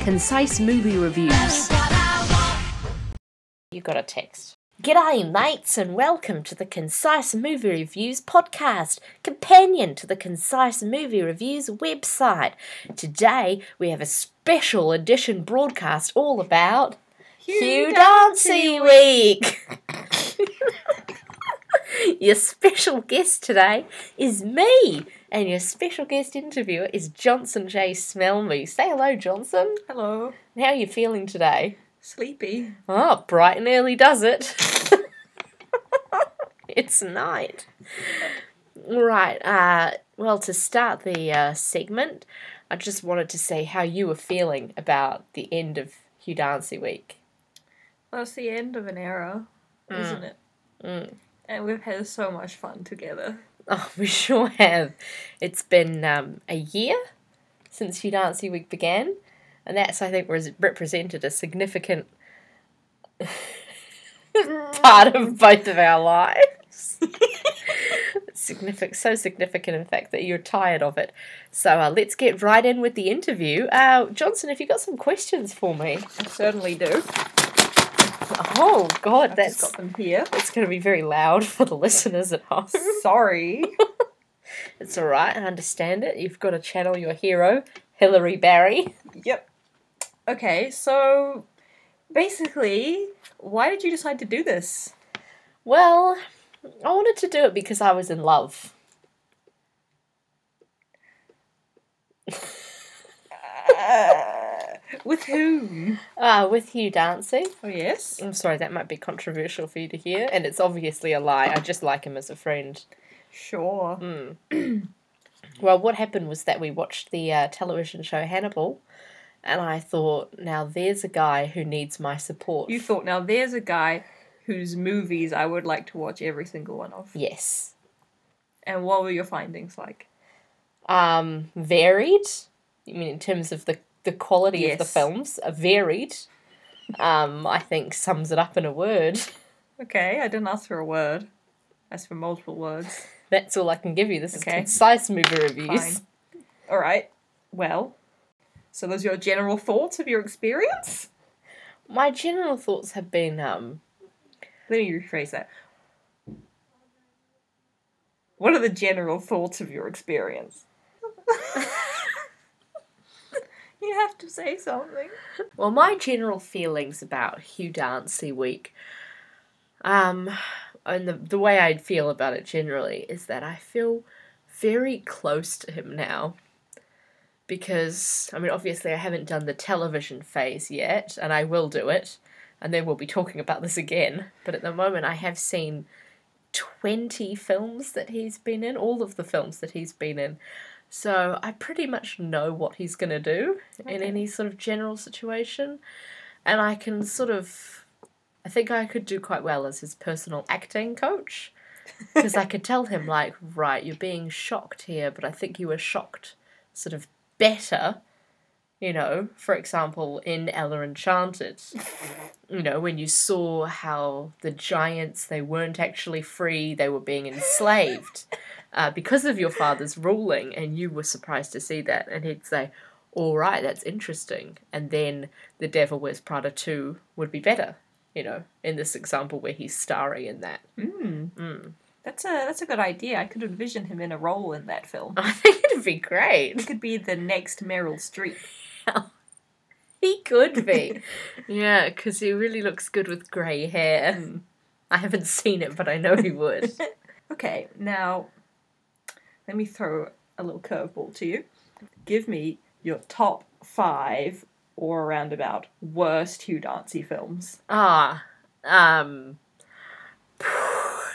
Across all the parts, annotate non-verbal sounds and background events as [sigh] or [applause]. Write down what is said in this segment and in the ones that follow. concise movie reviews. You got a text. G'day, mates, and welcome to the Concise Movie Reviews podcast, companion to the Concise Movie Reviews website. Today, we have a special edition broadcast all about Hugh, Dancy Week. [laughs] your special guest today is me, and your special guest interviewer is Johnson J. Smellme. Say hello, Johnson. Hello. How are you feeling today? Sleepy. Oh, bright and early does it. [laughs] it's night. Right. Uh, well, to start the uh, segment, I just wanted to see how you were feeling about the end of Hugh Dancy Week. Well, it's the end of an era, isn't it? Mm. And we've had so much fun together. [laughs] Oh, we sure have. It's been um, a year since Hugh Dancy Week began, and that's, I think, res- represented a significant [laughs] part of both of our [laughs] lives. significant, so significant, in fact, that you're tired of it. So uh, let's get right in with the interview. Uh, Johnson, have you got some questions for me? I certainly do. Oh, God, I've that's just got them here. it's going to be very loud [laughs] for the listeners at home. [laughs] Sorry. It's all right. I understand it. You've got to channel your hero, Hillary Barry. [laughs] yep. Okay, so basically, why did you decide to do this? Well, I wanted to do it because I was in love. Uh, with whom? Ah, with Hugh Dancy. Oh, yes. I'm sorry, that might be controversial for you to hear, and it's obviously a lie. I just like him as a friend. Sure. Well, what happened was that we watched the uh, television show Hannibal, and I thought, now there's a guy who needs my support. You thought, now there's a guy whose movies I would like to watch every single one of. yes. And what were your findings like? um, varied. I mean, in terms of the the quality of the Yes. films, uh, varied. Um, I think sums it up in a word. [laughs] Okay, I didn't ask for a word. I asked for multiple words. That's all I can give you. This is Okay. concise movie reviews. Fine. All right. Well, so those are your general thoughts of your experience? My general thoughts have been um, Let me rephrase that. What are the general thoughts of your experience? [laughs] you have to say something. well, my general feelings about Hugh Dancy Week. Um, and the the way I feel about it generally is that I feel very close to him now. because I mean, obviously, I haven't done the television phase yet, and I will do it, and then we'll be talking about this again. But at the moment, I have seen 20 films that he's been in, all of the films that he's been in. So I pretty much know what he's going to do in Okay. any sort of general situation, and I can sort of. I think I could do quite well as his personal acting coach because I could tell him, like, right, you're being shocked here, but I think you were shocked sort of better, you know, for example, in Ella Enchanted, you know, when you saw how the giants, they weren't actually free, they were being enslaved uh, because of your father's ruling, and you were surprised to see that. And he'd say, all right, that's interesting. And then The Devil Wears Prada 2 would be better, you know, in this example where he's starring in that. [laughs] That's a that's a good idea. I could envision him in a role in that film. I think it'd be He great. [laughs] could be the next Meryl Streep. He could be. [laughs] yeah, because he really looks good with grey hair. Hmm. I haven't seen it, but I know he [laughs] would. Okay, now let me throw a little curveball to you. Give me your top five or around about worst Hugh Dancy films. ah, um,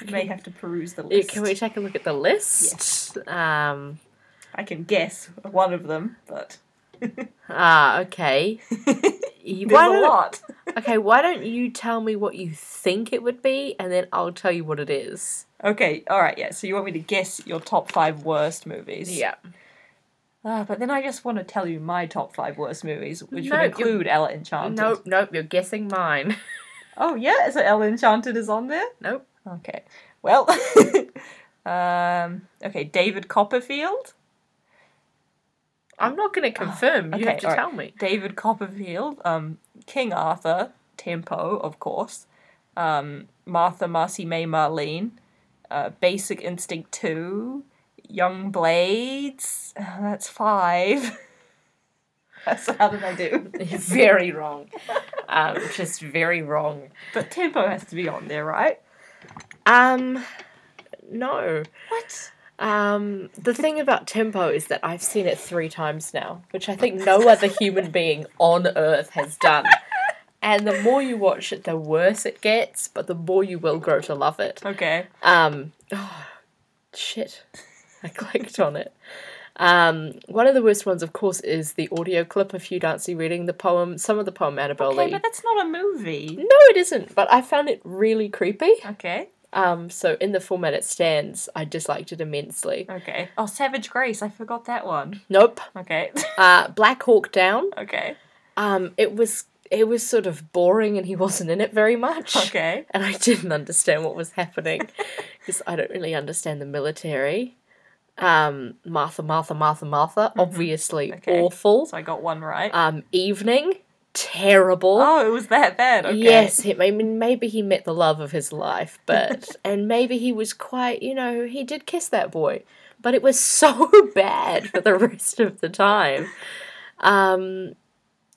You may have to peruse the yeah, list. can we take a look at the list? Um, I can guess one of them, but ah, [laughs] okay. You- there's a don't- lot. okay, why don't you tell me what you think it would be, and then I'll tell you what it is. Okay, alright, yeah, so you want me to guess your top five worst movies? Ah, but then I just want to tell you my top five worst movies, which No, would you- include Ella Enchanted. Nope, nope, you're guessing mine. [laughs] Oh, yeah, so Ella Enchanted is on there? nope. Okay. Well, [laughs] um, okay, David Copperfield. I'm not going to confirm. you okay, have to alright. tell me. David Copperfield, um, King Arthur, Tempo, of course, um, Martha Marcy May Marlene, uh, Basic Instinct 2, Young Blades, [sighs] uh, that's five. [laughs] that's how did I do? very wrong. Um, just very wrong. But Tempo has to be on there, right? Um, no. What? Um, the thing about Tempo is that I've seen it three times now, which I think no other [laughs] human being on earth has done. And the more you watch it, the worse it gets, but the more you will grow to love it. Okay. Um, oh, shit. [laughs] I clicked on it. Um, one of the worst ones, of course, is the audio clip of Hugh Dancy reading the poem, some of the poem Annabelle Okay, Lee. but that's not a movie. No, it isn't, but I found it really creepy. Okay. Um, so in the format it stands, I disliked it immensely. Okay. Oh, Savage Grace, I forgot that one. Nope. Okay. [laughs] Uh, Black Hawk Down. okay. Um, it was it was sort of boring, and he [laughs] wasn't in it very much. Okay. And I didn't understand what was happening [laughs] because I don't really understand the military. Um, Martha, Martha, Martha, Martha. Obviously Mm-hmm. Okay. awful. So I got one right. Um, evening. Terrible. oh, it was that bad. Okay. Yes, he, I mean, maybe he met the love of his life, [laughs] but and maybe he was quite, you know, he did kiss that boy, but it was [laughs] so bad for the rest of the time. Um,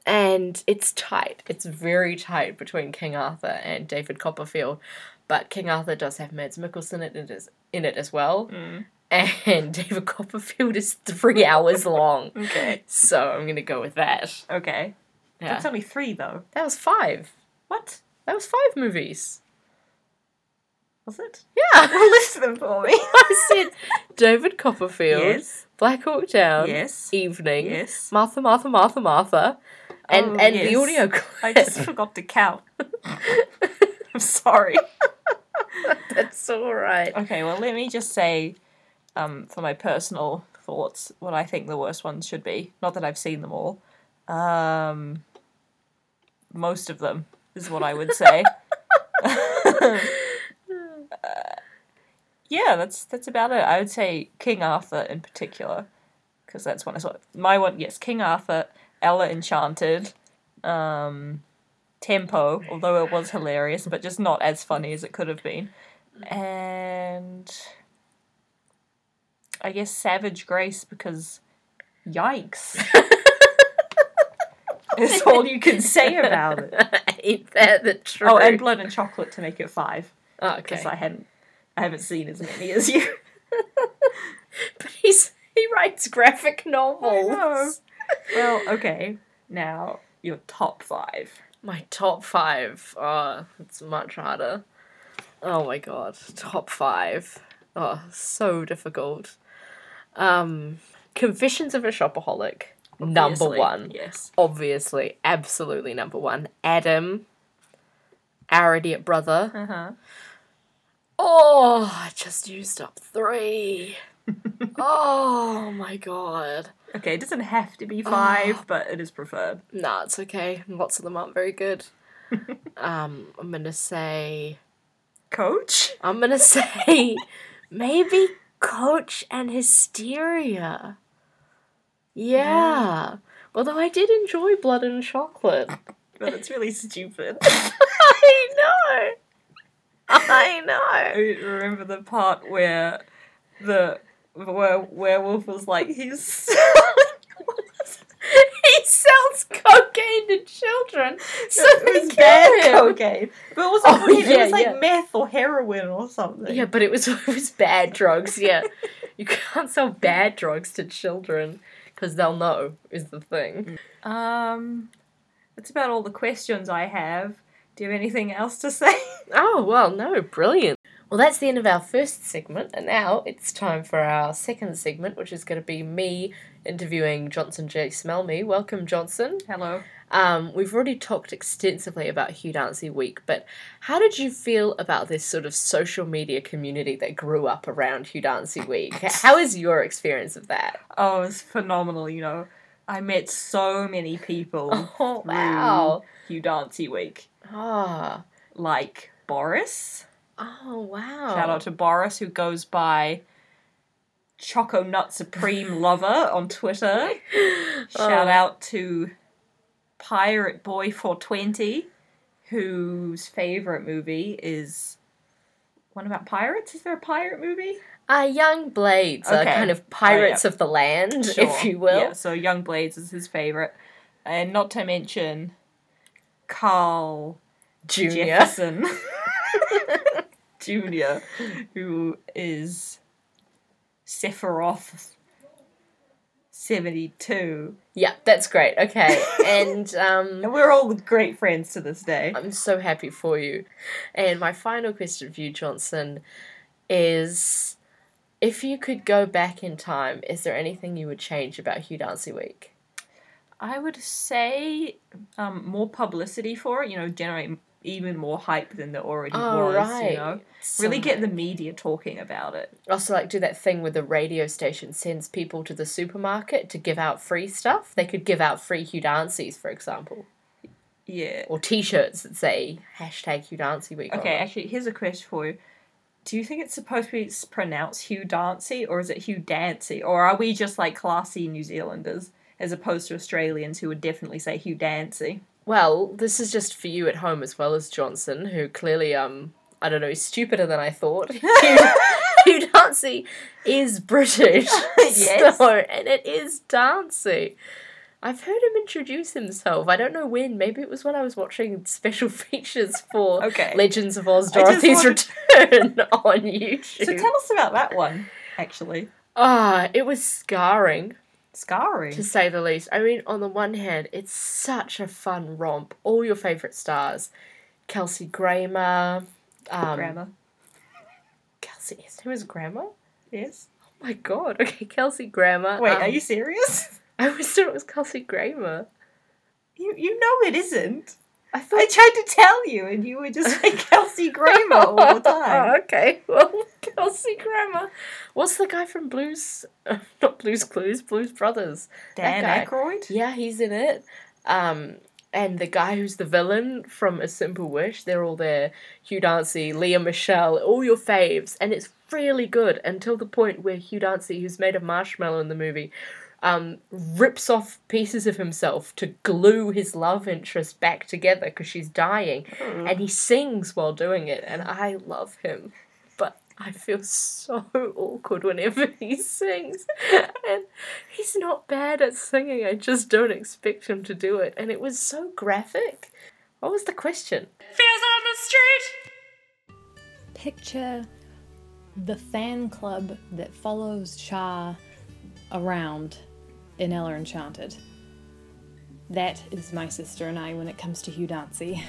and it's tight. It's very tight between King Arthur and David Copperfield, but King Arthur does have Mads Mikkelsen in it as, in it as well, Mm. and [laughs] David Copperfield is three hours long. Okay. So I'm gonna go with that. Okay. Yeah. That's only three though. That was five. What? That was five movies. Was it? Yeah. [laughs] Well, [laughs] list them for me. I said David Copperfield, yes. Black Hawk Down, Yes. Evening, Yes. Martha, Martha, Martha, Martha, and Oh, and the yes. audio I clip. [laughs] just forgot to count. [laughs] I'm sorry. That's all [laughs] right. Okay, well let me just say, um, for my personal thoughts, what I think the worst ones should be. Not that I've seen them all. Um most of them is what I would say. Uh, yeah, that's that's about it. I would say King Arthur in particular, because that's when I saw it. my one. Yes, King Arthur, Ella Enchanted, um, Tempo, although it was hilarious, but just not as funny as it could have been, and I guess Savage Grace because, [laughs] yikes. It's all you can say about it. [laughs] Ain't that the truth? Oh, and blood and chocolate to make it five Oh, because okay. I hadn't, I haven't seen as many as you. but he's he writes graphic novels. know. [laughs] well, okay. Now your top five. My top five. Oh, it's much harder. Oh my god, top five. Oh, so difficult. Um, Confessions of a Shopaholic. Number Obviously. one. Yes. obviously, absolutely number one. Adam, our idiot brother. Uh huh. Oh, I just used up three. oh my god. Okay, it doesn't have to be five, but it is preferred. Nah, it's okay. Lots of them aren't very [laughs] good. um, I'm gonna say. Coach. I'm gonna [laughs] say maybe Coach and Hysteria. Yeah. Although I did enjoy Blood and [laughs] Chocolate. [laughs] But it's really stupid. [laughs] I know. I know. I [laughs] remember the part where the where werewolf was like he's. [laughs] he sells cocaine to children, so It they was bad kill him. cocaine, but it was Oh, like, it yeah, was like yeah. meth or heroin or something. Yeah, but it was [laughs] it was bad drugs. Yeah, you can't sell bad drugs to children because they'll know is the thing. Um, that's about all the questions I have. Do you have anything else to [laughs] say? Oh well, no, brilliant. Well, that's the end of our first segment, and now it's time for our second segment, which is going to be me interviewing Johnson J. Smelmy. Welcome, Johnson. Hello. Um, we've already talked extensively about Hugh Dancy Week, but how did you feel about this sort of social media community that grew up around Hugh Dancy Week? How is your experience of that? Oh, it's phenomenal. You know, I met so many people. [laughs] Oh, through wow. Hugh Dancy Week, Oh, like Boris. oh wow. Shout out to Boris who goes by Choco [laughs] Nut Supreme Lover on Twitter. Oh. Shout out to Pirate Boy 420, whose favorite movie is one about pirates. Is there a pirate movie? Our Uh, young blades are Okay. kind Oh, of yeah. pirates of the land, if Sure. you will. Yeah, so Young Blades is his favorite, and not to mention Carl Junior. [laughs] Jefferson Junior, who is Sephiroth seventy two, [laughs] Yeah, that's great. [laughs] Okay. and um and we're all great friends to this day. I'm so happy for you. And my final question for you, Johnson, is if you could go back in time, is there anything you would change about Hugh Dancy Week? I would say um, more publicity for it. You know, generate even more hype than there already was. You know, really So- get the media talking about it. also like do that thing where the radio station sends people to the supermarket to give out free stuff. They could give out free Hugh Dancy's, for example, Yeah. or T-shirts that say hashtag Hugh Dancy Week. on Okay, them. actually, here's a question for you. Do you think it's supposed to be s- pronounced Hugh Dancy or is it Hugh Dancy? Or are we just like classy New Zealanders as opposed to Australians who would definitely say [laughs] Hugh Dancy? Well, this is just for you at home as well as Johnson, who clearly um I don't know is stupider than I [laughs] thought. [laughs] Hugh, Hugh Dancy is British, [laughs] [laughs] Yes. so, and it is Dancy. I've heard him introduce himself. I don't know when. Maybe it was when I was watching special [laughs] features for Okay. Legends of Oz: I just Dorothy's wanted- Return [laughs] on YouTube. So tell us about that one, actually. Ah, it was scarring. to Scarring. say the least. I mean, on the one hand, it's such a fun romp. All your favourite stars Kelsey Grammer. Um, Grammar. Kelsey, his name is Grammer? Oh Yes. my god. [laughs] Okay, Kelsey Grammer. Wait, um, are you serious? [laughs] [laughs] I always thought it was Kelsey Grammer. You, you know [laughs] it isn't. I I thought. tried to tell you and you were just like Kelsey [laughs] Grammer all the time. Oh, okay, [laughs] well, Kelsey Grammer. What's the guy from Blues? [laughs] not Blues Clues, Blues Brothers. Dan that guy. Aykroyd? Yeah, he's in it. Um, and the guy who's the villain from A Simple Wish, they're all there. Hugh Dancy, Leah Michelle, all your faves, and it's really good until the point where Hugh Dancy, who's made of marshmallow in the movie, um, rips off pieces of himself to glue his love interest back together because she's dying, and he sings while doing it, and I love him, but I feel so [laughs] awkward whenever he sings, [laughs] and he's not bad at singing. I just don't expect him to do it, and it was so graphic. What was the question? picture the fan club that follows Shah around in Ella Enchanted. That is my sister and I when it comes to Hugh Dancy.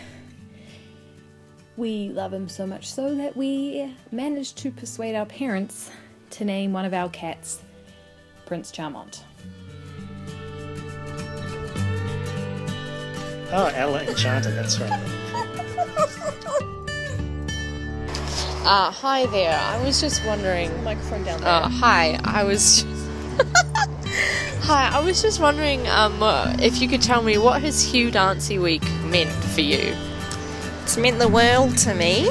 We love him so much so that we managed to persuade our parents to name one of our cats Prince Charmant. Oh, Ella Enchanted, that's right. Uh, hi there. I was just wondering. Microphone down there. Uh, hi. I was. [laughs] hi. I was just wondering um, uh, if you could tell me what has Hugh Dancy Week meant for you. It's meant the world to me.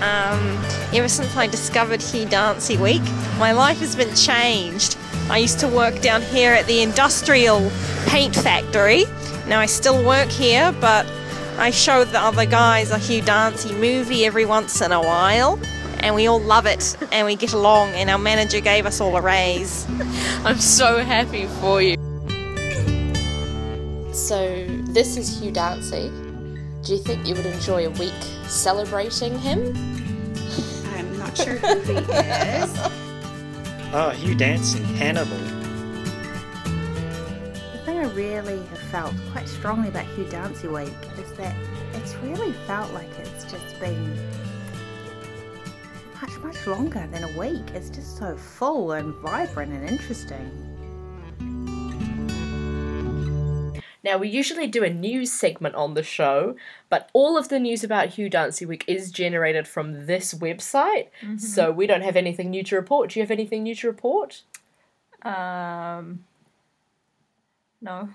Um, ever since I discovered Hugh Dancy Week, my life has been changed. I used to work down here at the industrial paint factory. Now I still work here, but I show the other guys a Hugh Dancy movie every once in a while, and we all love it and we get along. And our manager gave us all a raise. I'm so happy for you. So this is Hugh Dancy. Do you think you would enjoy a week celebrating him? I'm not [laughs] sure who he is. Oh, Hugh Dancy, Hannibal. The thing I really have felt quite strongly about Hugh Dancy Week is that it's really felt like it's just been much, much longer than a week. It's just so full and vibrant and interesting. Now, we usually do a news segment on the show, but all of the news about Hugh Dancy Week is generated from this website, so we don't have anything new to report. Do you have anything new to report? Um, no.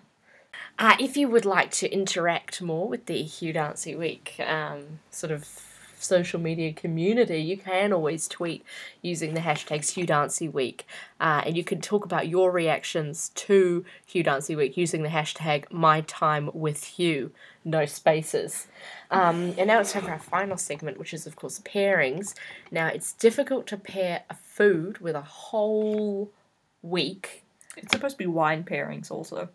Uh, if you would like to interact more with the Hugh Dancy Week um, sort of social media community, you can always tweet using the hashtags Hugh Dancy Week, uh, and you can talk about your reactions to Hugh Dancy Week using the hashtag My Time with Hugh, no spaces. Um, and now it's time for our final segment, which is of course pairings. Now it's difficult to pair a food with a whole week It's supposed to be wine pairings also.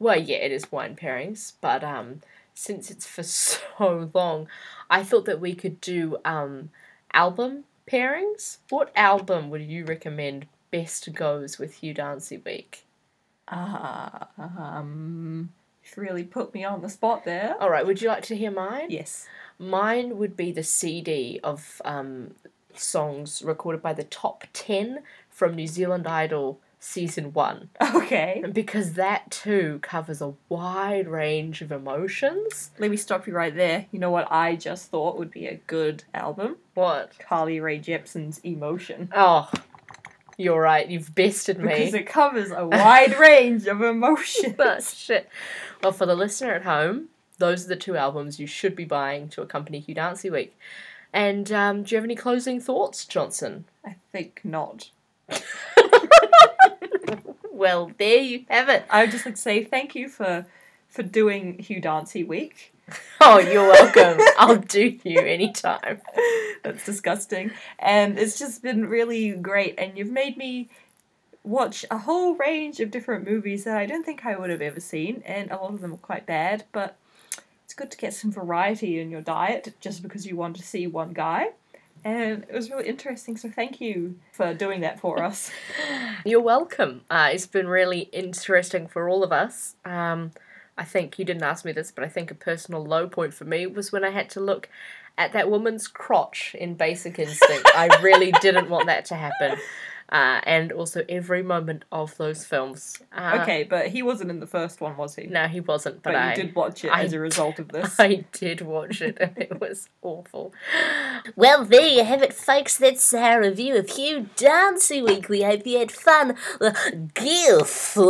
well, yeah, it is wine pairings, but um, since it's for [laughs] so long, I thought that we could do um, album pairings. What album would you recommend best goes with Hugh Dancy Week? Ah, um, you've really put me on the spot there. All right, would you like to hear Oh. mine? Yes. [laughs] Mine would be the CD of um, songs recorded by the top 10 from New Zealand Idol season one. Okay. Because that too covers a wide range of emotions. Let me stop you right there. You know what I just thought would be a good album? What? Carly Rae Jepsen's Emotion. Oh, you're right. You've bested me. Because it covers a wide range of emotions. [laughs] but shit. Well, for the listener at home, those are the two albums you should be buying to accompany Hugh Dancy Week. And um, do you have any closing thoughts, Johnson? I think not. Well, there you have it. I would just like to say thank you for for doing Hugh Dancy Week. Oh, you're welcome. [laughs] I'll do you anytime. That's disgusting. And it's just been really great and you've made me watch a whole range of different movies that I don't think I would have ever seen and a lot of them are quite bad, but it's good to get some variety in your diet just because you want to see one guy. And it was really interesting, so thank you for doing that [laughs] for us. You're welcome. Uh, it's been really interesting for all of us. Um, I think you didn't ask me this, but I think a personal low point for me was when I had to look at that woman's crotch in Basic Instinct. I really didn't want that to happen. Uh, and also every moment of those films. Uh, okay, but he wasn't in the first one, was he? No, he wasn't, but, but I you [laughs] did watch it I- as a result of this. [laughs] I did watch it and it was awful. Well, there you have it, folks. That's our review of Hugh Dancy Week. We hope you had fun. Gilf.